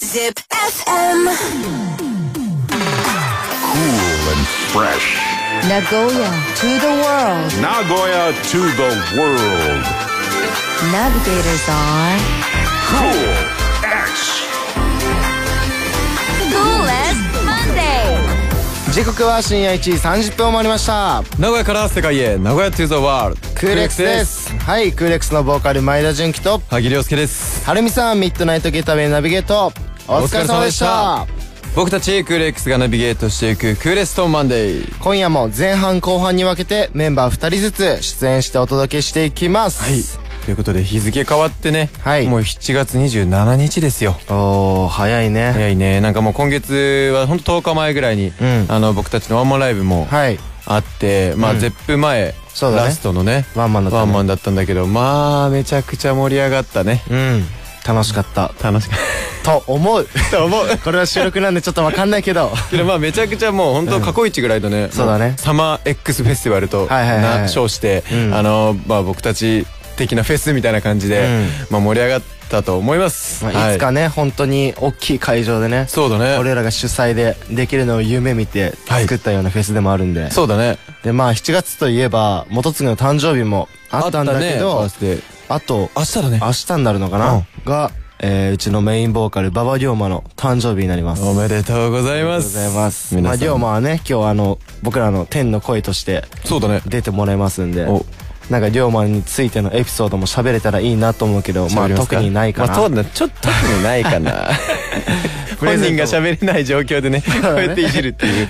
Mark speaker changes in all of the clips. Speaker 1: Zip FM.
Speaker 2: cool and fresh.
Speaker 1: Nagoya to the world.
Speaker 2: Nagoya to the world.
Speaker 1: Navigators are
Speaker 2: Cool X.
Speaker 1: cool as Monday.
Speaker 3: 時刻は深夜1時30分を回りました
Speaker 4: 名古屋から世界へ名古屋 to the world
Speaker 3: クーレックスですはいクーレックスのボーカル前田純喜と
Speaker 4: 萩亮介です
Speaker 3: はるみさんミッドナイトゲータウェイナビゲートお疲れ様でした
Speaker 4: お疲れ様でした僕たちクーレックスがナビゲートしていくクーレストーンマンデー
Speaker 3: 今夜も前半後半に分けてメンバー2人ずつ出演してお届けしていきます
Speaker 4: ということで日付変わってね、
Speaker 3: はい
Speaker 4: もう7月27日ですよ
Speaker 3: おー早いね
Speaker 4: 早いねなんかもう今月はほんと10日前ぐらいに、
Speaker 3: ん
Speaker 4: あの僕たちのワンマンライブも
Speaker 3: はい
Speaker 4: あって、まあゼップ前、
Speaker 3: そうだね
Speaker 4: ラストのね
Speaker 3: ワンマンだったね
Speaker 4: ワンマンだったんだけどまあめちゃくちゃ盛り上がったね
Speaker 3: うん楽しかった
Speaker 4: 楽しかった
Speaker 3: と思うと思う これは収録なんでちょっと分かんないけど
Speaker 4: けどまあめちゃくちゃもう本当過去一ぐらいのね、
Speaker 3: そうだね
Speaker 4: もサマー X フェスティバルと
Speaker 3: はいはいはい
Speaker 4: な称して、
Speaker 3: うん
Speaker 4: あのまあ僕たち的なフェスみたいな感じで、まあ盛り上がったと思います、
Speaker 3: ま
Speaker 4: は
Speaker 3: あいつかね本当に大きい会場でね
Speaker 4: そうだね
Speaker 3: 俺らが主催でできるのを夢見て作ったようなフェスでもあるんで
Speaker 4: そうだね
Speaker 3: でまあ7月といえば元次の誕生日もあったんだけど
Speaker 4: あ
Speaker 3: あ,、と
Speaker 4: ったねバースデー明日だね
Speaker 3: 明日になるのかな、
Speaker 4: うん
Speaker 3: が、えーうちのメインボーカル馬場龍馬の誕生日になります
Speaker 4: おめでとうござ
Speaker 3: あり
Speaker 4: い
Speaker 3: が
Speaker 4: ま
Speaker 3: とうござい
Speaker 4: す
Speaker 3: ますま
Speaker 4: 皆
Speaker 3: あ
Speaker 4: さん
Speaker 3: 龍馬はね今日あの僕らの天の声として
Speaker 4: そうだね
Speaker 3: 出てもらいますんで
Speaker 4: お
Speaker 3: なんか龍馬についてのエピソードも喋れたらいいなと思うけどまあ
Speaker 4: 喋りす
Speaker 3: 特にないかな、
Speaker 4: まあ、そうだねちょっと特にない かな
Speaker 3: プレ
Speaker 4: 本
Speaker 3: ゼ
Speaker 4: 人
Speaker 3: ント
Speaker 4: が喋れない状況でねこうやっていじるっていう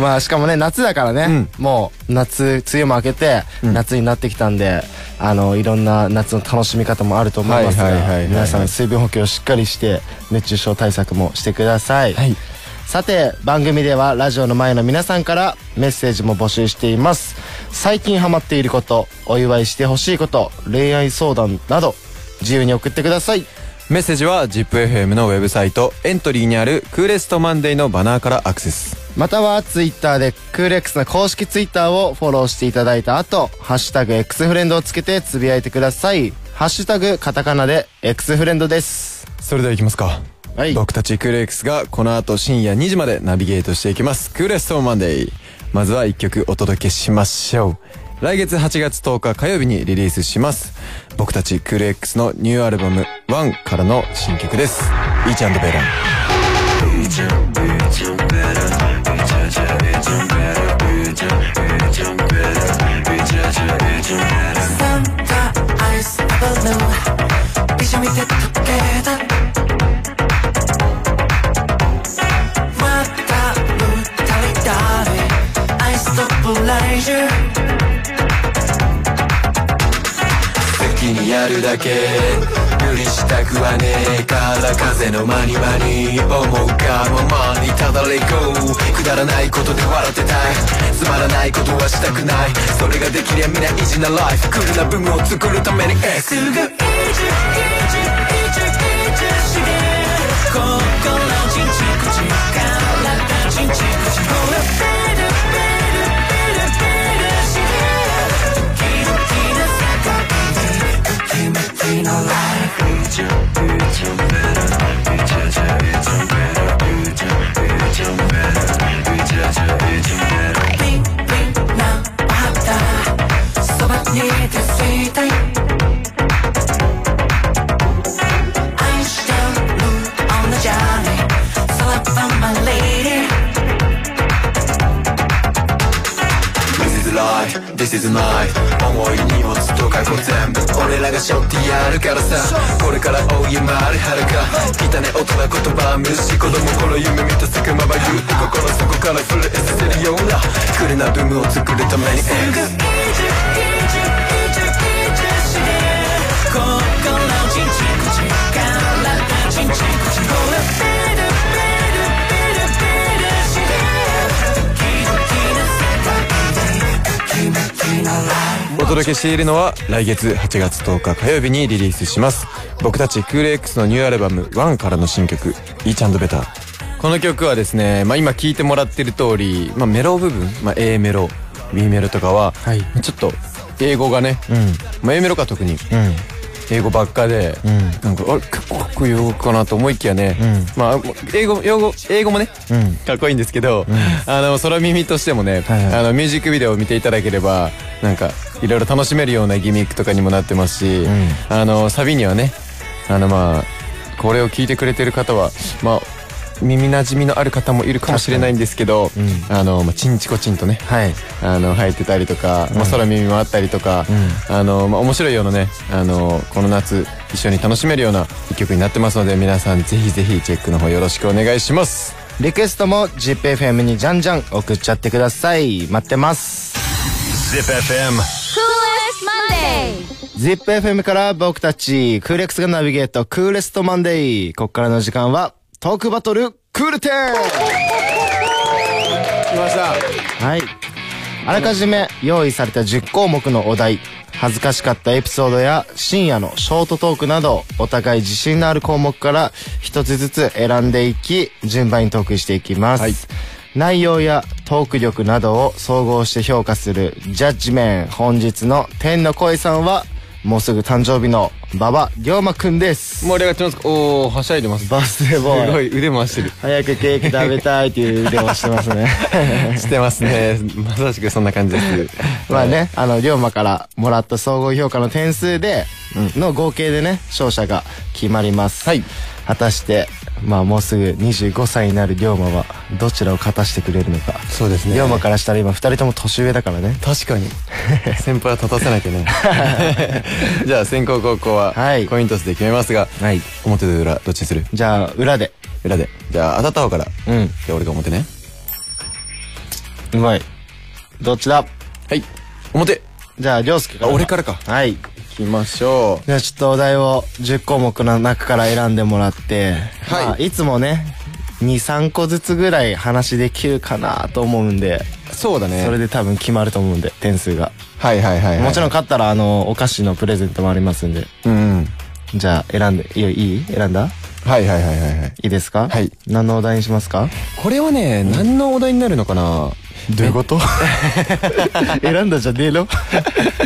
Speaker 3: まあしかもね夏だからね、もう夏梅雨も明けて夏になってきたんで、あのいろんな夏の楽しみ方もあると思いますが、
Speaker 4: はいはいはいはい
Speaker 3: 皆さん水分補給をしっかりして熱中症対策もしてください、
Speaker 4: はい
Speaker 3: さて番組ではラジオの前の皆さんからメッセージも募集しています最近ハマっていることお祝いしてほしいこと恋愛相談など自由に送ってください
Speaker 4: メッセージは ZIPFM のウェブサイトエントリーにあるクーレストマンデーのバナーからアクセス
Speaker 3: またはツイッターでクーレックスの公式ツイッターをフォローしていただいた後、ハッシュタグ X フレンドをつけてつぶやいてください。ハッシュタグカタカナで X フレンドです。
Speaker 4: それではいきますか
Speaker 3: はい。
Speaker 4: 僕たちクーレックスがこの後深夜2時までナビゲートしていきますクーレストマンデーまずは1曲お届けしましょう来月8月10日火曜日にリリースします僕たちクーレックスのニューアルバム「ワンからの新曲です「イーチベラン」
Speaker 5: 다 아이스 블루 비자 밑에 두께 다 맞다 무탈리 다리 아이스 더 블라이즈
Speaker 4: 気にやるだけ無理したくはねえから風の間に間に思うがままにただれこうくだらないことで笑ってたいつまらないことはしたくないそれができりゃみんな意地なライフクールなブームを作るために X
Speaker 5: 그거 이즈 이즈 이즈 이즈 시계 코코넛 진치쿠치 갈라다 진치쿠치 고라 베르 베르 베르 베르 시계 도끼 도끼 나 사카비 도끼 도끼 나 라이프 빙빙 나왔다 소박이 될수 있다 아인슈타인 루 on the journey Select from my lady
Speaker 4: This is life, this is night 重い荷物と過去全部俺らが背負ってやるからさこれから追い回る遥か汚ね大人言葉無視子供頃夢見たすくまば言うて心底から震えさせるようなクールなブームを作るために
Speaker 5: 그거 이즈 이즈 이즈 이즈 시계 코코넛 진치쿠치 갈라다 진치쿠치 고래 베르 베르 베르 베르 시계 도끼 도끼 나 사카비 도끼 도끼 나 라이프
Speaker 4: お届けしているのは来月8月10日火曜日にリリースします僕たちクール X のニューアルバム「ワンからの新曲「イーチャンドベター」この曲はですね、まあ、今聴いてもらってる通り、まあ、メロ部分、まあ、A メロ B メロとかは、
Speaker 3: い
Speaker 4: ちょっと英語がね、まあ、A メロか特に、英語ばっかで、なんかあれ結構かっこいい英語かなと思いきやね、まあ英語英語英語もね、かっこいいんですけど、あの空耳としてもね、
Speaker 3: はいはい
Speaker 4: あのミュージックビデオを見ていただければなんかいろいろ楽しめるようなギミックとかにもなってますし、あのサビにはねあのまあこれを聞いてくれてる方はまあ耳なじみのある方もいるかもしれないんですけど、あの、まあ、チンチコチンとね、
Speaker 3: はい
Speaker 4: あの入ってたりとか、まあ、空耳もあったりとか、あのまあ、面白いようなねあのこの夏一緒に楽しめるような一曲になってますので皆さんぜひぜひチェックの方よろしくお願いします
Speaker 3: リクエストも ZIPFM にじゃんじゃん送っちゃってください待ってます
Speaker 2: Zip FM.
Speaker 1: Coolest Monday.
Speaker 3: ZIPFM から僕たちクーレックスがナビゲートクーレストマンデーこっからの時間はトークバトルクールテン
Speaker 4: 来ました
Speaker 3: はいあらかじめ用意された10項目のお題恥ずかしかったエピソードや深夜のショートトークなどお互い自信のある項目から一つずつ選んでいき順番にトークしていきます、
Speaker 4: はい
Speaker 3: 内容やトーク力などを総合して評価するジャッジメン本日の天の声さんはもうすぐ誕生日の馬場龍馬くんです
Speaker 4: 盛り上がってますかおおはしゃいでますす
Speaker 3: バースデーボ
Speaker 4: ご
Speaker 3: ーイ
Speaker 4: い腕回してる
Speaker 3: 早くケーキ食べたいっていう腕をしてますね
Speaker 4: してますねまさしくそんな感じです
Speaker 3: まあね、あの、龍馬からもらった総合評価の点数で、の合計でね、勝者が決まります。
Speaker 4: はい。
Speaker 3: 果たして、まあもうすぐ25歳になる龍馬は、どちらを勝たしてくれるのか。
Speaker 4: そうですね
Speaker 3: 龍馬からしたら今2人とも年上だからね。
Speaker 4: 確 かに先輩は立たせなきゃね じゃあ先攻後攻は
Speaker 3: はい
Speaker 4: コイントスで決めますが、
Speaker 3: はい
Speaker 4: 表と裏どっちにする
Speaker 3: じゃあ、裏で。
Speaker 4: 裏でじゃあ当たった方から、
Speaker 3: うん
Speaker 4: じゃあ俺が表ね
Speaker 3: うまい。どっちだ
Speaker 4: はい表
Speaker 3: じゃあ、涼介から。
Speaker 4: あ俺からか
Speaker 3: はい。
Speaker 4: いきましょ
Speaker 3: じゃあちょっとお題を10項目の中から選んでもらって、
Speaker 4: はい
Speaker 3: まあいつもね、2、3個ずつぐらい話できるかなと思うんで、
Speaker 4: うそうだね
Speaker 3: それで多分決まると思うんで点数が、
Speaker 4: はいはいはい、はい、
Speaker 3: もちろん勝ったらあのお菓子のプレゼントもありますんで
Speaker 4: うんうん
Speaker 3: じゃあ選んでいいよいい選んだ
Speaker 4: はいはいはいはいはい
Speaker 3: いいですか
Speaker 4: はい
Speaker 3: 何のお題にしますか
Speaker 4: これはね何のお題になるのかなどういうこと
Speaker 3: 選んだじゃねえ の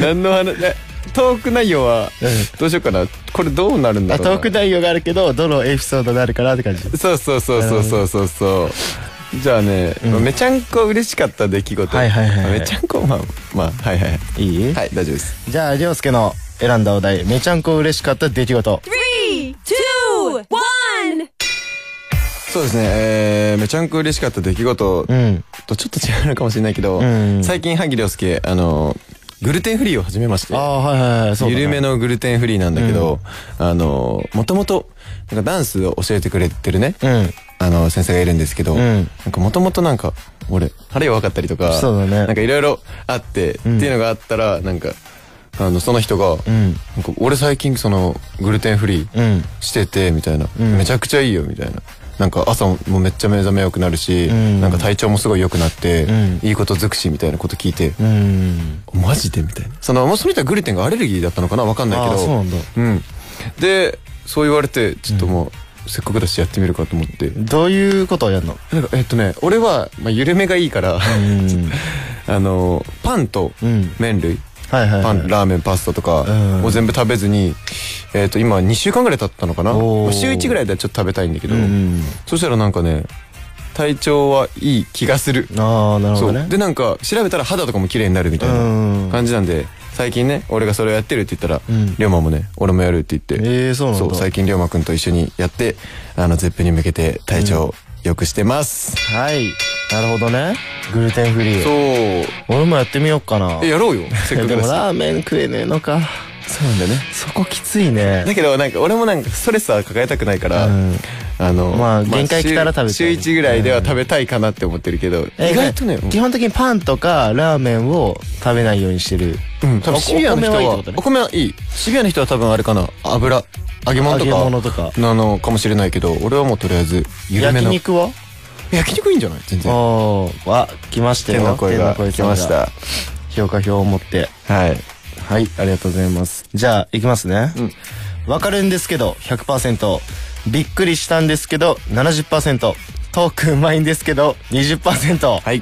Speaker 4: 何の話えトーク内容はどうしようかなこれどうなるんだ
Speaker 3: あ
Speaker 4: ろうな
Speaker 3: トーク内容があるけどどのエピソードになるかなって感じ
Speaker 4: そうそうそうそうそうそうそうじゃあね、めちゃんこ嬉しかった出来事
Speaker 3: はいはいはいはい
Speaker 4: めちゃんこまあまあはいはい
Speaker 3: いい、
Speaker 4: はい大丈夫です
Speaker 3: じゃあ涼介の選んだお題めちゃんこ嬉しかった出来事
Speaker 1: Three, two, one.
Speaker 4: そうですねえーめちゃんこ嬉しかった出来事
Speaker 3: うん
Speaker 4: とちょっと違うのかもしれないけど、
Speaker 3: ん
Speaker 4: 最近萩涼介あのグルテンフリーを始めまして
Speaker 3: ああはいはいはいそうだね
Speaker 4: 緩めのグルテンフリーなんだけど、あのもともとなんかダンスを教えてくれてるね、
Speaker 3: うん
Speaker 4: あの先生がいるんですけど、
Speaker 3: ん
Speaker 4: なんかもともとなんか俺腹弱かったりとか
Speaker 3: そうだね
Speaker 4: なんかいろいろあって、っていうのがあったらなんかあのその人が、
Speaker 3: ん
Speaker 4: なんか俺最近そのグルテンフリ
Speaker 3: う
Speaker 4: ー
Speaker 3: ん
Speaker 4: しててみたいな、めちゃくちゃいいよみたいな。なんか朝もめっちゃ目覚め良くなるし、なんか体調もすごい良くなって、いいこと尽くしみたいなこと聞いて、
Speaker 3: うん
Speaker 4: マジでみたいなそのもうその人はグルテンがアレルギーだったのかなわかんないけ
Speaker 3: あー
Speaker 4: ど
Speaker 3: そうなんだ
Speaker 4: うんでそう言われてちょっともう、せっかくだしやってみるかと思って
Speaker 3: どういうことをやるの
Speaker 4: なんかえっとね俺は、まあ、緩めがいいから、ちょっと あのパンと
Speaker 3: うん
Speaker 4: 麺類、
Speaker 3: はいはい、
Speaker 4: パ
Speaker 3: はい、
Speaker 4: ンラーメンパスタとか
Speaker 3: うん
Speaker 4: を全部食べずに、えっと今2週間ぐらい経ったのかな
Speaker 3: おー
Speaker 4: まあ週1ぐらいではちょっと食べたいんだけど、
Speaker 3: うん
Speaker 4: そしたらなんかね体調はいい気がする
Speaker 3: ああなるほ
Speaker 4: そ
Speaker 3: ど
Speaker 4: う
Speaker 3: ね
Speaker 4: でなんか調べたら肌とかも綺麗になるみたい
Speaker 3: うん
Speaker 4: な感じなんで最近ね俺がそれをやってるって言ったら、
Speaker 3: ん
Speaker 4: 龍馬もね俺もやるって言って
Speaker 3: えーそうなんだ
Speaker 4: 最近龍馬くんと一緒にやってあの絶品に向けて体調を良くしてます、
Speaker 3: はいなるほどねグルテンフリー
Speaker 4: そう
Speaker 3: 俺もやってみようかな
Speaker 4: えやろうよせっ
Speaker 3: いや
Speaker 4: かく
Speaker 3: で
Speaker 4: だ
Speaker 3: も
Speaker 4: し
Speaker 3: ラーメン食えねえのか
Speaker 4: そうなんだよね
Speaker 3: そこきついね
Speaker 4: だけどなんか俺もなんかストレスは抱えたくないから、
Speaker 3: うん
Speaker 4: あの
Speaker 3: まあ限界来たら食べたい
Speaker 4: 週1ぐらいでは食べたいかなって思ってるけど、
Speaker 3: え
Speaker 4: 意外とね
Speaker 3: 基本的にパンとかラーメンを食べないようにしてる
Speaker 4: うん、多分
Speaker 3: お
Speaker 4: シビアの人
Speaker 3: お米はいいっ
Speaker 4: は
Speaker 3: てことね
Speaker 4: お米はいいシビアの人は多分あれかな油揚げ物とか
Speaker 3: 揚げ物とか
Speaker 4: なのかもしれないけど俺はもうとりあえず緩め
Speaker 3: 焼
Speaker 4: の
Speaker 3: 肉は
Speaker 4: 焼肉いいんじゃない全然
Speaker 3: おーわ来ましたよ
Speaker 4: 手の声が来まし
Speaker 3: さんが
Speaker 4: た
Speaker 3: 評価表を持って
Speaker 4: はい
Speaker 3: はいありがとうございますじゃあいきますねわ、かるんですけど100%びっくりしたんですけど70%トークうまいんですけど20%
Speaker 4: はい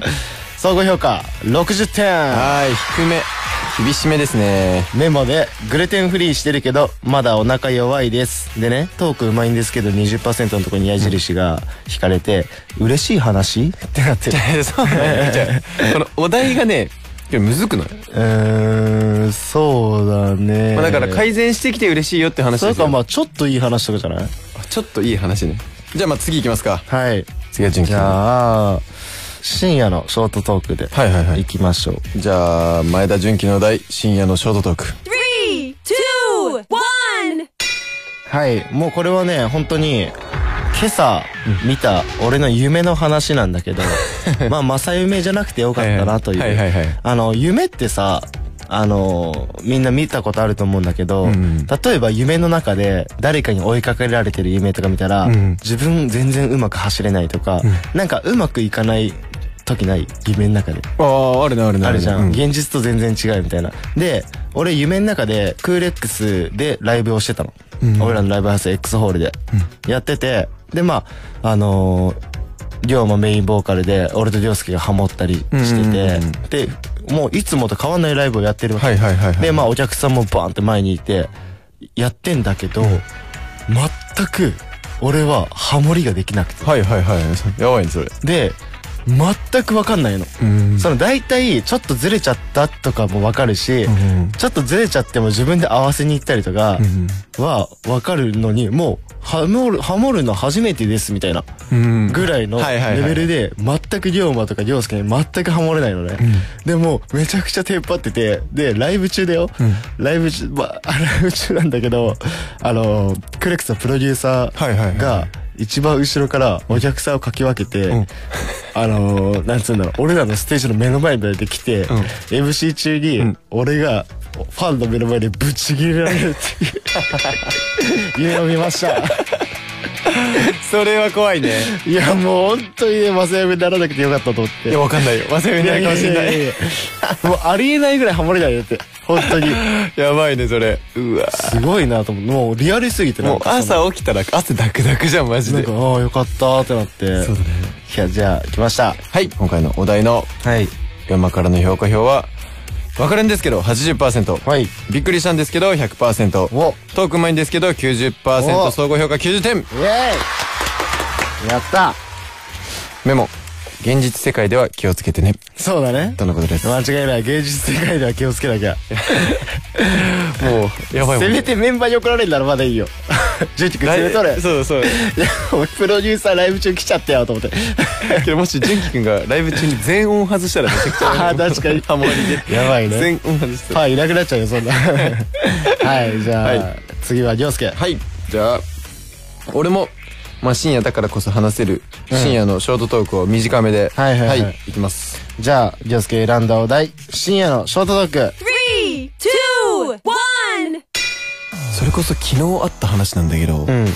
Speaker 3: 総合評価60点
Speaker 4: はい低め厳しめで すね
Speaker 3: メモで、グルテンフリーしてるけど、まだお腹弱いです。でね、トークうまいんですけど20%のとこに矢印が引かれて、嬉しい話ってな ってる。
Speaker 4: そうねじゃあ このお題がね結構むずくない、
Speaker 3: うーん、そうだね。
Speaker 4: まあ、だから改善してきて嬉しいよって話
Speaker 3: そ
Speaker 4: で
Speaker 3: れ
Speaker 4: すよ
Speaker 3: かまあちょっといい話とかじゃない
Speaker 4: ちょっといい話ねじゃあまあ次行きますか
Speaker 3: はい。
Speaker 4: 次は純喜
Speaker 3: じ
Speaker 4: 君
Speaker 3: ゃあ、深夜のショートトークで、
Speaker 4: はいはいはい
Speaker 3: 行きましょう。
Speaker 4: じゃあ前田純喜のお題深夜のショートトーク
Speaker 1: Three, two, one.
Speaker 3: はい。もうこれはね、本当に、今朝見た俺の夢の話なんだ けど、まあ、正夢じゃなくてよかったなという。
Speaker 4: はいはいはいはい
Speaker 3: あの、夢ってさ、あの、みんな見たことあると思うんだけど、
Speaker 4: ん
Speaker 3: 例えば夢の中で誰かに追いかけられてる夢とか見たら、
Speaker 4: ん
Speaker 3: 自分全然うまく走れないとか、なんかうまくいかない時ない夢の中で。
Speaker 4: あああるねあるね
Speaker 3: あるじゃん、
Speaker 4: うん
Speaker 3: 現実と全然違うみたいなで俺夢の中でクーレックスでライブをしてたの、俺らのライブハウス X ホールで、やっててでまああのー、亮もメインボーカルで俺と亮介がハモったりしてて、
Speaker 4: うんうんうん
Speaker 3: でもういつもと変わんないライブをやってるわけ、
Speaker 4: はいはいはいはい
Speaker 3: でまあお客さんもバーンって前にいてやってんだけど、全く俺はハモリができなくて
Speaker 4: はいはいはいやばいねそれ
Speaker 3: で全く分かんないの、
Speaker 4: ん
Speaker 3: その大体ちょっとずれちゃったとかも分かるし、
Speaker 4: ん
Speaker 3: ちょっとずれちゃっても自分で合わせに行ったりとかは分かるのにもうハモるハモるの初めてですみたいな
Speaker 4: うん
Speaker 3: ぐらいの
Speaker 4: はいはいはい
Speaker 3: レベルで全く龍馬とか凌介に全くハモれないのね、でもめちゃくちゃテンパっててでライブ中だよ、ライブ中、まあ、 ライブ中なんだけどあのクレックスのプロデューサーが、
Speaker 4: はいはいはい
Speaker 3: 一番後ろからお客さんをかき分けて、
Speaker 4: ん
Speaker 3: あのー、なんつうんだろう、俺らのステージの目の前まで来て、MC 中に
Speaker 4: ん、
Speaker 3: 俺がファンの目の前でぶち切れられ るっていう夢を見ました。
Speaker 4: それは怖いね
Speaker 3: いや、もう本当にね、マサヤにならなくてよかったと思って。
Speaker 4: いやわかんないよ忘れないかもしれない
Speaker 3: ややややもうありえないぐらいハモれないよって、本当に。
Speaker 4: やばいねそれうわ
Speaker 3: すごいなと思って、もうリアルすぎてな
Speaker 4: も
Speaker 3: ん
Speaker 4: う
Speaker 3: かその
Speaker 4: 朝起きたら汗ダクダクじゃんマジ
Speaker 3: なん
Speaker 4: で
Speaker 3: か、ああ、よかったーってなって。
Speaker 4: そうだね
Speaker 3: いや、じゃあ、来ました。
Speaker 4: はい今回のお題の
Speaker 3: はい。
Speaker 4: 山からの評価表は分かるんですけど80%、
Speaker 3: はい。
Speaker 4: びっくりしたんですけど100%
Speaker 3: お
Speaker 4: トークうまいんですけど90%
Speaker 3: お
Speaker 4: 総合評価90点
Speaker 3: イェーイやった
Speaker 4: メモ現実世界では気をつけてね
Speaker 3: そうだね。
Speaker 4: とのことです
Speaker 3: 間違いない芸術世界では気をつけなきゃ
Speaker 4: もうやばいも
Speaker 3: せ
Speaker 4: ん
Speaker 3: めてメンバーに怒られるならまだいい よジュンキ君
Speaker 4: 来
Speaker 3: 連れとれ
Speaker 4: そうそう
Speaker 3: いや もうプロデューサーライブ中来ちゃったよと思って
Speaker 4: けどもし純喜君がライブ中に全音外したらめちゃくちゃ
Speaker 3: あ あ確かに
Speaker 4: ハモリで
Speaker 3: やばいね
Speaker 4: 全音外した
Speaker 3: パーいなくなっちゃうよそ んなはいじゃあ、
Speaker 4: はい
Speaker 3: 次は凌介
Speaker 4: はいじゃあ俺もまあ深夜だからこそ話せる深夜のショートトークを短めで
Speaker 3: はいはいはい
Speaker 4: いきます
Speaker 3: じゃあ凌介選んだお題深夜のショートトーク
Speaker 1: Three, two, one.
Speaker 4: それこそ昨日あった話なんだけど、
Speaker 3: ん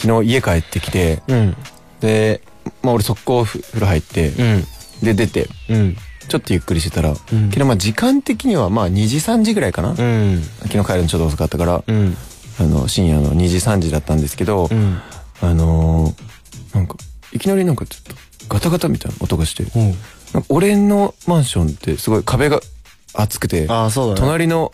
Speaker 4: 昨日家帰ってきて、
Speaker 3: うん
Speaker 4: で、まあ、俺速攻ふ風呂入って、
Speaker 3: ん
Speaker 4: で出て
Speaker 3: うん
Speaker 4: ちょっとゆっくりしてたら、昨日まあ時間的にはまあ2時3時ぐらいかな、
Speaker 3: うん
Speaker 4: 昨日帰るのちょっと遅かったから、
Speaker 3: ん
Speaker 4: あの深夜の2時3時だったんですけど、
Speaker 3: ん
Speaker 4: あのーなんかいきなりなんかちょっとガタガタみたいな音がして、なんか俺のマンションってすごい壁が厚くて
Speaker 3: ああそうだね
Speaker 4: 隣の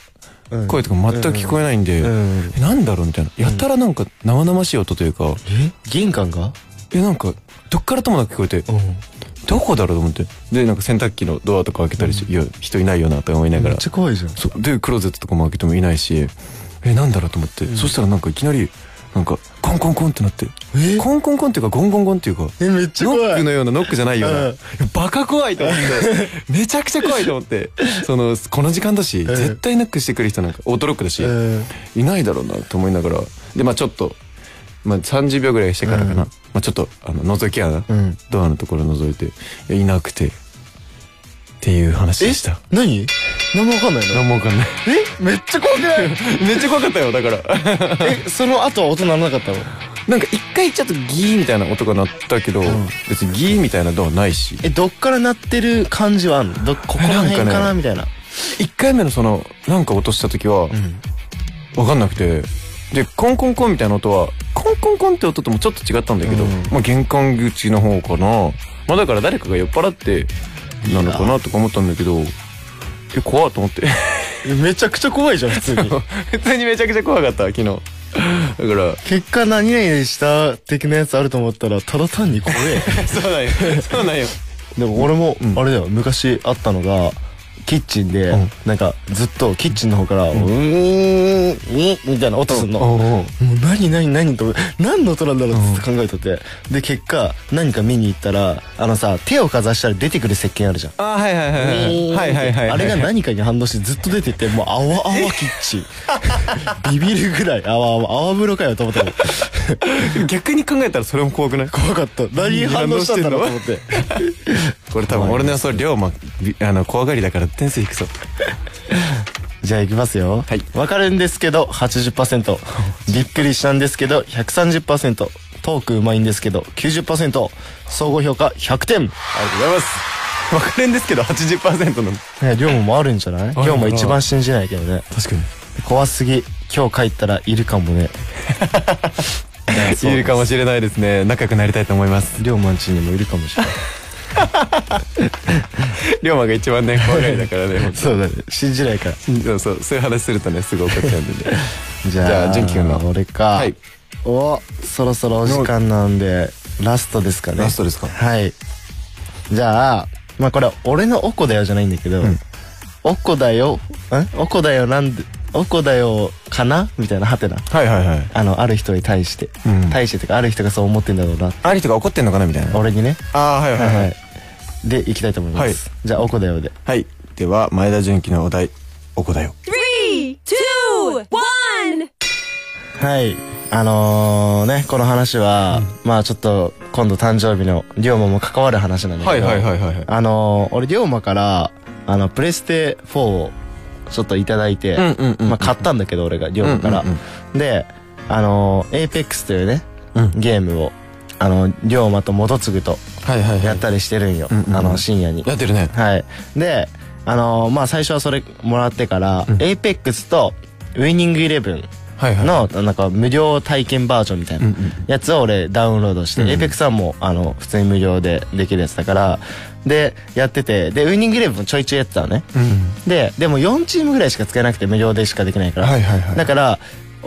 Speaker 4: 声とか全く聞こえないんで、
Speaker 3: うん
Speaker 4: えなんだろうみたいなやたらなんか生々しい音というか、
Speaker 3: え玄関が
Speaker 4: えなんかどっからともなく聞こえて、どこだろうと思ってでなんか洗濯機のドアとか開けたりして、いや人いないよなとか思いなが
Speaker 3: めっ
Speaker 4: ら
Speaker 3: ちゃ怖いじゃん
Speaker 4: そうでクローゼットとかも開けてもいないしえなんだろうと思って、そしたらなんかいきなりなんかコンコンコンってなって
Speaker 3: え
Speaker 4: コンコンコンっていうかゴンゴンゴンっていうか
Speaker 3: えめっちゃ
Speaker 4: ノ
Speaker 3: 怖い
Speaker 4: ックのようなノックじゃないような、
Speaker 3: うん
Speaker 4: バカ怖いと 思ってめちゃくちゃ怖いと思ってそのこの時間だし、
Speaker 3: ん
Speaker 4: 絶対ノックしてくる人なんかオートロックだし、
Speaker 3: うん
Speaker 4: いないだろうなと思いながらでまあちょっと、まあ、30秒ぐらいしてからかな、まあ、ちょっとあの覗き穴、
Speaker 3: ん
Speaker 4: ドアのところ覗いていやいなくてっていう話でした
Speaker 3: 何何もわかんないの
Speaker 4: 何もわかんない
Speaker 3: えめっちゃ怖くない
Speaker 4: めっちゃ怖かったよだから
Speaker 3: えその後は音鳴らなかったの
Speaker 4: なんか一回ちょっとギーみたいな音が鳴ったけど、別にギーみたいなドアないし
Speaker 3: えどっから鳴ってる感じはあんのどここら辺か
Speaker 4: なんか
Speaker 3: な
Speaker 4: ね
Speaker 3: みたいな
Speaker 4: 一回目のそのなんか落とした時は、わかんなくてでコンコンコンみたいな音はコンコンコンって音ともちょっと違ったんだけど、まあ玄関口の方かなまあだから誰かが酔っ払ってなのかなとか思ったんだけどえ怖っと思って
Speaker 3: めちゃくちゃ怖いじゃん普通に
Speaker 4: 普通にめちゃくちゃ怖かった昨日だから
Speaker 3: 結果何々した的なやつあると思ったらただ単に怖 え
Speaker 4: そうなんよそうなん よ
Speaker 3: でも俺もあれだよ昔あったのがキッチンでなんかずっとキッチンの方から「うーんに」みたいな音すんの
Speaker 4: うんうん
Speaker 3: もう何何何と何の音なんだろうってずっと考えとってで結果何か見に行ったらあのさ手をかざしたら出てくる石鹸あるじゃん
Speaker 4: あーはいはいはいはいはいはいはい
Speaker 3: あれが何かに反応してずっと出ててもう泡泡キッチ ンビビるぐらい泡泡泡風呂かよと思ったもん
Speaker 4: 逆に考えたらそれも怖くない
Speaker 3: 怖かった何に反応したんだろうと思って
Speaker 4: これ多分俺の予想龍馬びあの怖がりだから点数低そう
Speaker 3: じゃあ行きますよ。
Speaker 4: はい
Speaker 3: わかるんですけど80%。びっくりしたんですけど130%。トークうまいんですけど90%。総合評価100点。
Speaker 4: ありがとうございますわかるんですけど80%なの
Speaker 3: ね、量もあるんじゃない
Speaker 4: かな
Speaker 3: 今日も一番信じないけどね。
Speaker 4: 確かに
Speaker 3: 怖すぎ。今日帰ったらいるかも ね。
Speaker 4: いるかもしれないですね仲良くなりたいと思います
Speaker 3: 龍馬んちにもいるかもしれない。
Speaker 4: 龍馬が一番ね怖がりだからね
Speaker 3: そうだね。信じないから。
Speaker 4: そうそうそういう話するとねすぐ怒っちゃうんでね
Speaker 3: じゃあ、
Speaker 4: じゃあ純喜君の
Speaker 3: 俺か。
Speaker 4: はい
Speaker 3: お、そろそろお時間なんで、ラストですかね。
Speaker 4: ラストですか
Speaker 3: はい。じゃあ、まあこれ、俺のおこだよじゃないんだけど、おこだよ、んおこだよなんで、おこだよかなみたいな、はてな。
Speaker 4: はいはいはい
Speaker 3: あの、ある人に対して、
Speaker 4: うん
Speaker 3: 対してとか、ある人がそう思ってんだろうな。
Speaker 4: ありとか怒ってんのかなみたいな
Speaker 3: 俺にね。
Speaker 4: ああはいはい
Speaker 3: は
Speaker 4: はいい、
Speaker 3: はい。で、行きたいと思います。じゃあ、おこだよで。
Speaker 4: はい、では前田純喜のお題お答えを
Speaker 1: Three, two, one.
Speaker 3: はい。あのー、ね、この話は、まあちょっと、今度誕生日の、龍馬も関わる話なんだけど、
Speaker 4: はいはい
Speaker 3: あのー、俺、龍馬から、あの、プレステ4を、ちょっといただいて、
Speaker 4: うんうんうんうん
Speaker 3: まあ、買ったんだけど、俺が、龍馬から。
Speaker 4: うんうん
Speaker 3: で、あのー、エイペックスというね、
Speaker 4: うん
Speaker 3: ゲームを、あの、龍馬と元次と、
Speaker 4: はいはい
Speaker 3: やったりしてるんよ。
Speaker 4: うんうんうん
Speaker 3: あの、深夜に。
Speaker 4: やってるね
Speaker 3: はい。で、あのー、まあ、最初はそれもらってから、エイペックスと、ウイニングイレブン、
Speaker 4: はいはい
Speaker 3: の、なんか無料体験バージョンみたいなやつを俺ダウンロードして、Apex はもう、あの、普通に無料でできるやつだから、で、やってて、で、ウイニングイレブンもちょいちょいやってたのね。で、でも4チームぐらいしか使えなくて無料でしかできないから。
Speaker 4: はいはいはい
Speaker 3: だから、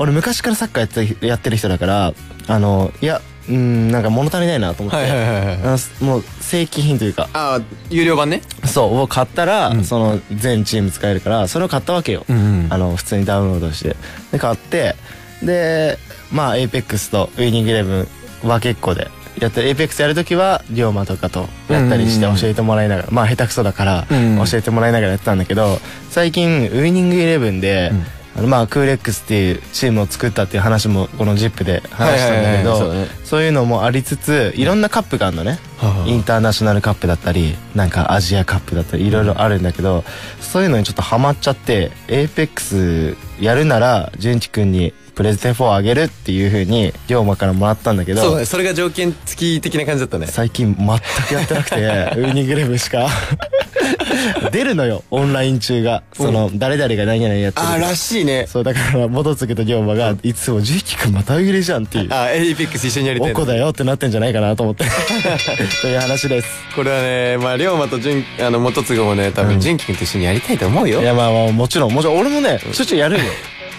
Speaker 3: 俺昔からサッカーやってやってる人だから、あの、いや、うん、なんか物足りないなと思って、
Speaker 4: はいはいはいはい
Speaker 3: あのもう正規品というか、
Speaker 4: ああ有料版ね
Speaker 3: そうを買ったら、その全チーム使えるからそれを買ったわけよ、
Speaker 4: んうん
Speaker 3: あの普通にダウンロードしてで買ってでまあ APEX とウイニングイレブンは結構でやって APEX やるときは龍馬とかとやったりして教えてもらいながら、まあ下手くそだから
Speaker 4: うんうん
Speaker 3: 教えてもらいながらやってたんだけど最近ウイニングイレブンで、あのまあクーレックスっていうチームを作ったっていう話もこの ZIP で話したんだけど、
Speaker 4: はいはいはいはいそうだね
Speaker 3: そういうのもありつついろんなカップがあるのね、
Speaker 4: はあ
Speaker 3: インターナショナルカップだったりなんかアジアカップだったりいろいろあるんだけどそういうのにちょっとハマっちゃって APEX やるなら純喜くんにプレゼン4をあげるっていう風に龍馬からもらったんだけど
Speaker 4: そうだねそれが条件付き的な感じだったね
Speaker 3: 最近全くやってなく てウイニングイレブンしか出るのよオンライン中がその誰々が何々やってる
Speaker 4: あーらしいね
Speaker 3: そうだから元次と龍馬がいつも純喜くんまたウイれじゃんっていう
Speaker 4: あエイペックス一緒にやりたい
Speaker 3: お
Speaker 4: な
Speaker 3: こだよってなってんじゃないかなと思って という話です
Speaker 4: これはねまあ龍馬と純あの元次もね多分純喜君と一緒にやりたいと思うよ
Speaker 3: いやまあまあもちろんもちろん俺もねしょっちゅうやる んよ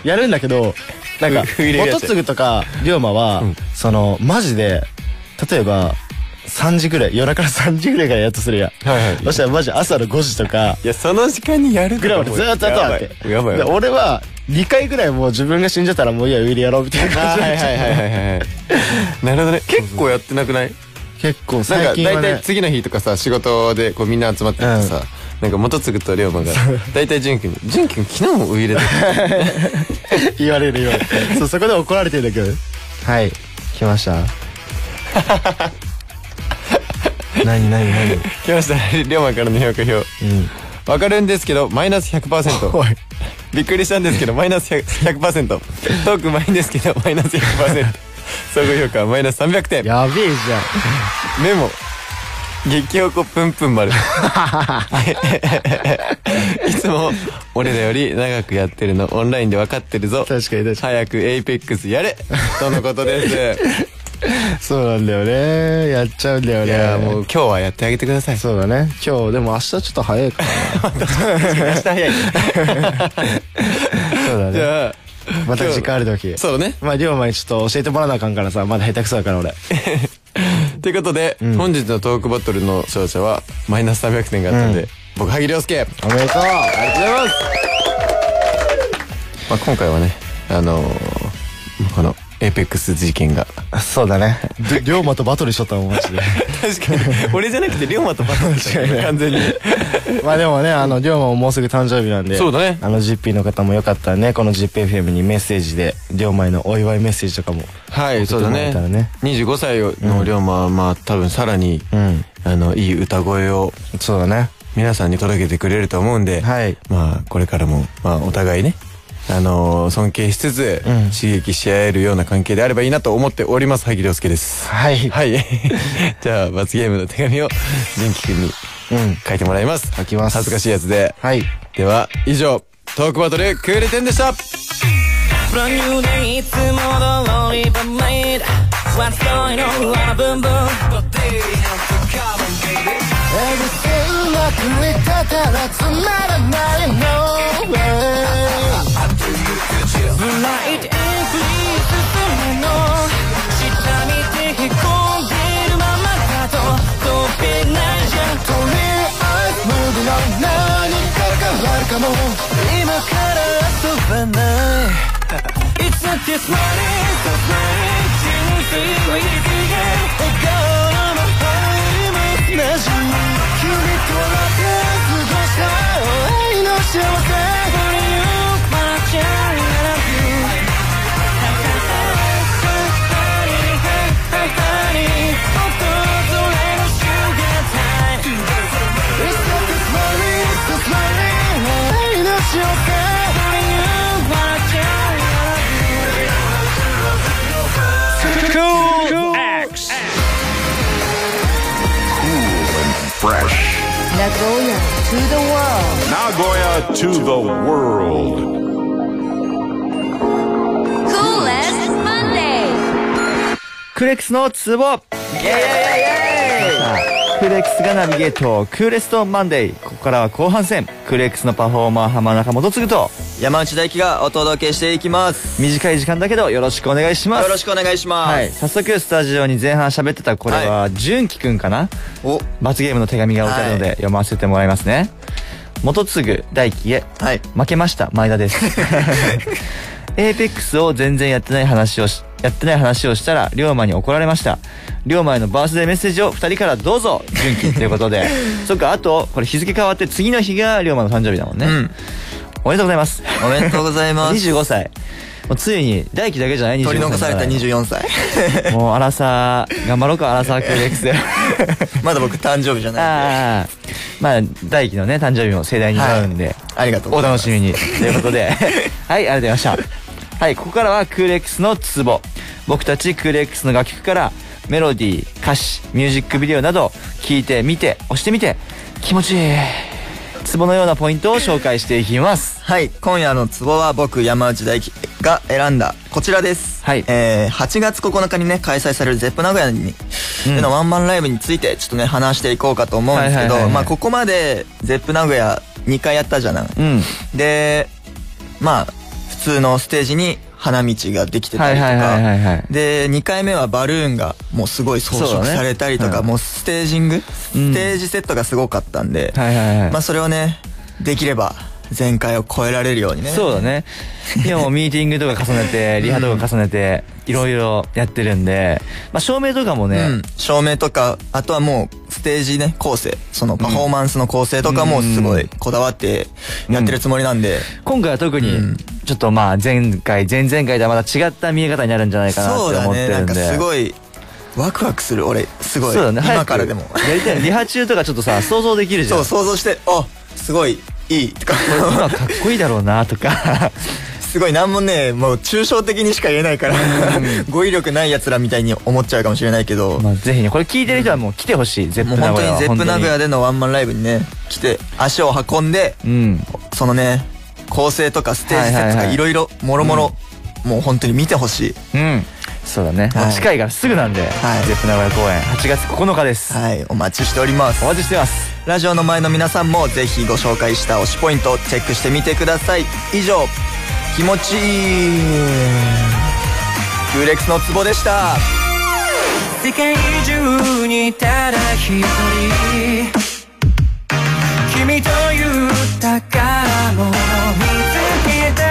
Speaker 3: やるんだけどなんか
Speaker 4: 入れるやつ
Speaker 3: 元次とか龍馬は、そのマジで例えば3時ぐらい夜中の3時ぐらいからやっとするやん、
Speaker 4: はいはい
Speaker 3: そしたらマジ朝の5時とか
Speaker 4: いやその時間にやる
Speaker 3: ぐらいまでずーっとやったわけ
Speaker 4: やばい
Speaker 3: で
Speaker 4: やばい
Speaker 3: 俺は2回ぐらいもう自分が死んじゃったらもういいやウィリやろうみたいな
Speaker 4: あ
Speaker 3: 感
Speaker 4: ー
Speaker 3: じ
Speaker 4: はいはいはいはいはいなるほどね結構やってなくない
Speaker 3: 結構
Speaker 4: なんか
Speaker 3: 最近は
Speaker 4: 大体
Speaker 3: ね
Speaker 4: 次の日とかさ仕事でこうみんな集まっててさ、なんか元次と龍馬が大体純喜に「純喜君昨日もウイイレだった
Speaker 3: 言われる言わ れるそうそこで怒られてるんだけどはい来ました 何何何
Speaker 4: 来ましたね龍馬からの評価表わ、かるんですけどマイナス100%
Speaker 3: おい
Speaker 4: びっくりしたんですけどマイナス 100%, 100%トークうまいんですけどマイナス100%総合評価はマイナス300点
Speaker 3: やべえじゃん
Speaker 4: メモ激おこぷんぷ ん丸いつも俺らより長くやってるのオンラインで分かってるぞ
Speaker 3: 確かに確かに
Speaker 4: 早くエイペックスやれとのことです
Speaker 3: そうなんだよねやっちゃうんだよ
Speaker 6: い
Speaker 3: ね
Speaker 6: やもう今日はやってあげてください。
Speaker 3: そうだね今日でも明日ちょっと早いから
Speaker 6: 明日 早い。
Speaker 3: そうだ
Speaker 6: じ
Speaker 3: ね
Speaker 6: ゃあ、
Speaker 3: また時間ある時
Speaker 6: そうだね。
Speaker 3: まあ龍馬にちょっと教えてもらわなあかんからさまだ下手くそだから俺
Speaker 6: ということで、本日のトークバトルの勝者はマイナス300点があったので、僕萩亮介
Speaker 3: おめでとうありがとうございます
Speaker 6: まあ今回はねあのーこのエーペックス事件が
Speaker 3: そうだね。り龍馬とバトルしとったもん、マジで。
Speaker 6: 確か に俺じゃなくて龍馬とバトルした
Speaker 3: 確かにね
Speaker 6: 完全に
Speaker 3: まあでもね、あの、龍馬ももうすぐ誕生日なんで。
Speaker 6: そうだね
Speaker 3: あの、ジッピーの方もよかったらね、この ZIPFM にメッセージで、龍馬へのお祝いメッセージとかも。
Speaker 6: はいそうだ
Speaker 3: 送ってもらえたら
Speaker 6: ね
Speaker 3: ね
Speaker 6: 25歳の龍馬はまあ多分さらに、
Speaker 3: ん
Speaker 6: あのいい歌声を
Speaker 3: そうだね。
Speaker 6: 皆さんに届けてくれると思うんで、
Speaker 3: はい
Speaker 6: まあこれからも、まあ、お互いねあのー尊敬しつつ、刺激し合えるような関係であればいいなと思っております萩亮介です
Speaker 3: はい。
Speaker 6: はい。 じゃあ、罰ゲームの手紙を、純喜くんに
Speaker 3: うん。
Speaker 6: 書いてもらいます。
Speaker 3: 書きます
Speaker 6: 恥ずかしいやつで。
Speaker 3: はい。
Speaker 6: では、以上、トークバトルクールテンでした
Speaker 7: Fresh.
Speaker 8: Nagoya to the world.
Speaker 7: Nagoya to the world.
Speaker 1: Cool as Monday.
Speaker 4: クレックスのツボイエーイクレックスがナビゲートクーレストマンデーここからは後半戦クレックスのパフォーマー浜中元次と
Speaker 9: 山内大輝がお届けしていきます
Speaker 4: 短い時間だけどよろしくお願いします
Speaker 9: よろしくお願いします、
Speaker 4: はい早速スタジオに前半喋ってたこれは純喜くんかな
Speaker 9: お
Speaker 4: 罰ゲームの手紙が置いてあるの
Speaker 9: は
Speaker 4: で読ませてもらいますね元次大輝へ
Speaker 9: はい
Speaker 4: 負けました前田です エーペックスを全然やってない話をしやってない話をしたら龍馬に怒られました龍馬へのバースデーメッセージを2人からどうぞ純喜というこ とでそっかあとこれ日付変わって次の日が龍馬の誕生日だもんね、おめでとうございます
Speaker 9: おめでとうござい ます
Speaker 4: 25歳もうついに大輝だけじゃない25歳
Speaker 9: 取り残された24歳
Speaker 4: もう荒さ頑張ろうか荒さクール X で
Speaker 9: まだ僕誕生日じゃないんで
Speaker 4: ああまあ大輝のね誕生日も盛大に祝うんで、
Speaker 9: ありがとう
Speaker 4: お
Speaker 9: ござい
Speaker 4: 楽
Speaker 9: ます
Speaker 4: しみに。ということ で、はい、ありがとうございました。はい、ここからはクール X のツボ。僕たちクール X の楽曲からメロディー、歌詞、ミュージックビデオなど聞いてみて、押してみて、気持ちいい。ツボのようなポイントを紹介していきます。
Speaker 9: はい今夜のツボは僕山内大輝が選んだこちらです
Speaker 4: はい
Speaker 9: えー、8月9日にね開催されるゼップ名古屋に、でのワンマンライブについてちょっとね話していこうかと思うんですけ
Speaker 4: はいはいはい
Speaker 9: ど
Speaker 4: はい
Speaker 9: まあここまでゼップ名古屋2回やったじゃない、
Speaker 4: うん。
Speaker 9: でまあ普通のステージに花道ができてたりと
Speaker 4: はいはいはいはいは
Speaker 9: か
Speaker 4: い
Speaker 9: で2回目はバルーンがもうすごい装
Speaker 4: そう
Speaker 9: 飾
Speaker 4: だね
Speaker 9: されたりとか、
Speaker 4: うん
Speaker 9: もうステージング、ステージセットがすごかったんで、
Speaker 4: はいはいはい。
Speaker 9: まあそれをねできれば前回を超えられるようにね
Speaker 4: そうだね。いやもうミーティングとか重ねて、リハとか重ねて、いろいろやってるんで、まあ照明とかもね、
Speaker 9: うん、照明とかあとはもうステージね構成そのパフォーマンスの構成とかもすごいこだわってやってるつもりなんで、
Speaker 4: 今回は特にちょっとまあ前回前々回とはまた違った見え方になるんじゃないかな
Speaker 9: そう
Speaker 4: って
Speaker 9: だ
Speaker 4: 思って
Speaker 9: ねな
Speaker 4: るん
Speaker 9: ん
Speaker 4: で
Speaker 9: かすごいワクワクする俺すごい
Speaker 4: そうだね
Speaker 9: 今からでも
Speaker 4: 早くやりたいねリハ中とかちょっとさ想像できるじゃん
Speaker 9: そう想像してあすごいいいとか
Speaker 4: 今かっこいいだろうなとか
Speaker 9: すごいなんもねもう抽象的にしか言えないから語彙力ないやつらみたいに思っちゃうかもしれないけど、
Speaker 4: まあぜひねこれ聞いてる人はもう来てほしいゼッ
Speaker 9: も
Speaker 4: プ
Speaker 9: う
Speaker 4: 名
Speaker 9: 本
Speaker 4: 古
Speaker 9: 当
Speaker 4: 屋
Speaker 9: に
Speaker 4: は
Speaker 9: ゼップ名古屋でのワンマンライブにね来て足を運んで、
Speaker 4: うん
Speaker 9: そのね構成とかステージセットと
Speaker 4: はいはい
Speaker 9: か
Speaker 4: はい
Speaker 9: いろいろもろもろもう本当に見てほしい
Speaker 4: うん
Speaker 10: そうだね、
Speaker 9: はい
Speaker 10: もう近いからすぐなんで、
Speaker 9: はい
Speaker 10: ゼップ名古屋公演8月9日です、
Speaker 9: はい、お待ちしております
Speaker 10: お。待ちしてます
Speaker 9: ラジオの前の皆さんもぜひご紹介した推しポイントをチェックしてみてください。以上、気持ちいい。ユーレックスのツボでした。
Speaker 5: 世界中にただ一人君という宝物を見つけた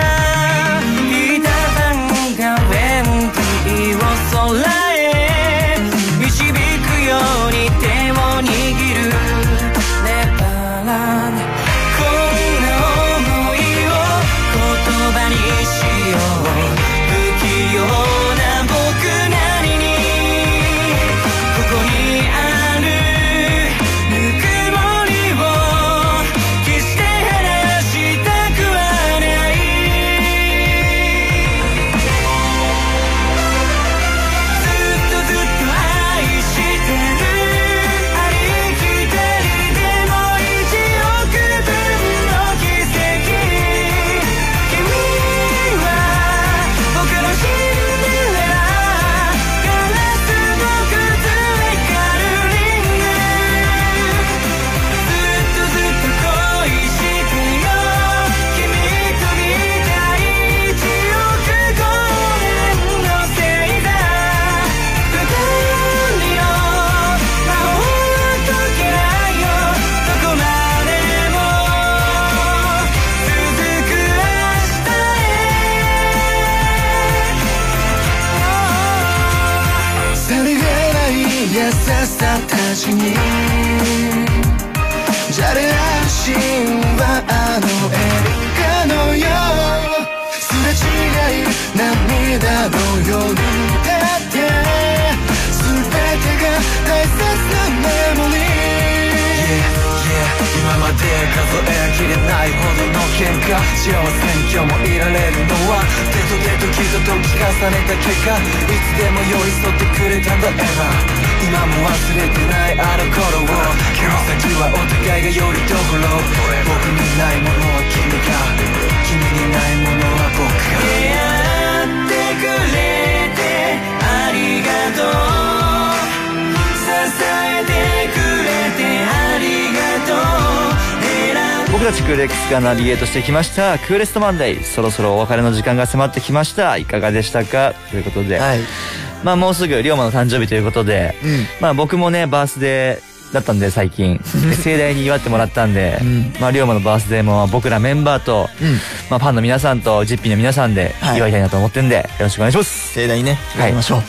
Speaker 5: ピーターパンがウェンディを空へ導くように手を握るネバーランドこんな想いを言葉にしよう不器用な僕なりにここにあるぬくもりを決して離したくはないずっとずっと愛してるありきたりなでも一億分の奇跡君は僕のシンデレラガラスの崩れ光るリングずっとずっと恋してよ君と見たい一億光年の星座二人の魔法は解けないよどこまでも続く明日へさりげない優しさたちにじゃれ合うシーンはあの映画のようすれ違い涙のようにだって全てが大切なメモリー
Speaker 4: Yeah, 今まで数えきれないほどの喧嘩幸せに今日もいられるのは手と手と傷と時重ねた結果いつでも寄り添ってくれたんだ Ever 今も忘れてないあの頃をこの先はお互いがよりどころ僕にないものは君が君にないものは僕
Speaker 5: 出会ってくれてありがと
Speaker 4: が
Speaker 5: う支えてくれてありがとう選
Speaker 10: 僕たちクール X がナビゲートしてきましたクールストマンデーそろそろお別れの時間が迫ってきましたいかがでしたかということで、
Speaker 9: はい。
Speaker 10: まあもうすぐ龍馬の誕生日ということで、
Speaker 9: ん
Speaker 10: まあ僕もねバースデーだったんで最 近で盛大に祝ってもらったんで、まあ龍馬のバースデーも僕らメンバーと、まあファンの皆さんとジッピーの皆さんで
Speaker 9: はい
Speaker 10: 祝いたいなと思ってんで、よろしくお願いします
Speaker 9: 盛大にね、
Speaker 10: は
Speaker 9: や
Speaker 10: い
Speaker 9: りましょう。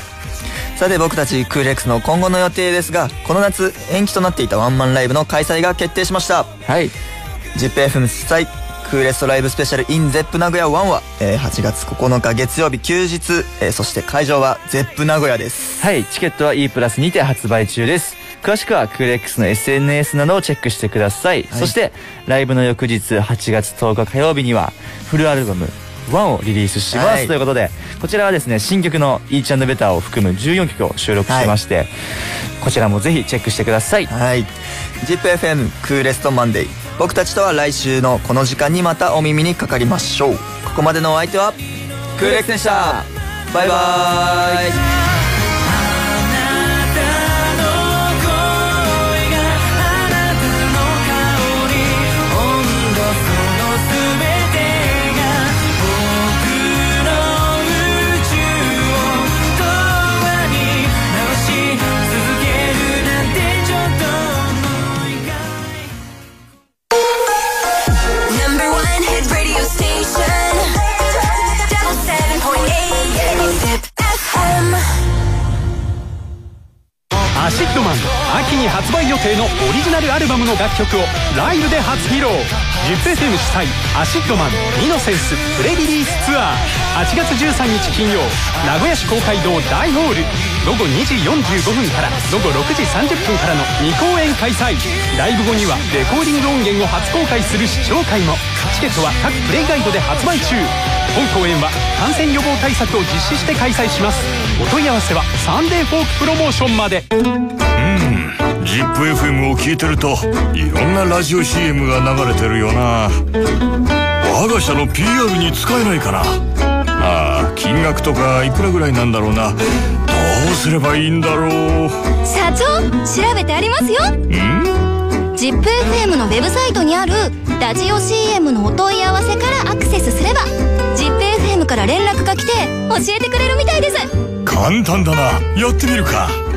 Speaker 9: さて僕たちクーレックスの今後の予定ですが、この夏延期となっていたワンマンライブの開催が決定しました。
Speaker 10: はい
Speaker 9: ジップ f m 主催クーレストライブスペシャル in ゼップ名古屋1は、えー8月9日月曜日休日、えーそして会場はゼップ名古屋です
Speaker 10: はいチケットは E プラスにて発売中です詳しくはクール X の SNS などをチェックしてください、そしてライブの翌日8月10日火曜日にはフルアルバム1をリリースします、
Speaker 9: はい
Speaker 10: ということでこちらはですね新曲の「Each and Better」を含む14曲を収録してまして、こちらもぜひチェックしてください
Speaker 9: はいジップ f m クーレストマンデー僕たちとは来週のこの時間にまたお耳にかかりましょうここまでのお相手はクーレックスでしたバイバーイ
Speaker 11: アシッドマン秋に発売予定のオリジナルアルバムの楽曲をライブで初披露 ZIPFM 主催アシッドマンイノセンスプレリリースツアー8月13日金曜名古屋市公会堂大ホール午後2時45分から午後6時30分からの2公演開催ライブ後にはレコーディング音源を初公開する視聴会もチケットは各プレイガイドで発売中本公演は感染予防対策を実施して開催しますお問い合わせはサンデーフォークプロモーションまで
Speaker 2: ZIPFM を聞いてるといろんなラジオ CM が流れてるよな我が社の PR に使えないかなああ金額とかいくらぐらいなんだろうなどうすればいいんだろう
Speaker 1: 社長調べてありますよ
Speaker 2: ん
Speaker 1: ZIPFM のウェブサイトにあるラジオ CM のお問い合わせからアクセスすれば ZIPFM から連絡が来て教えてくれるみたいです
Speaker 2: 簡単だなやってみるか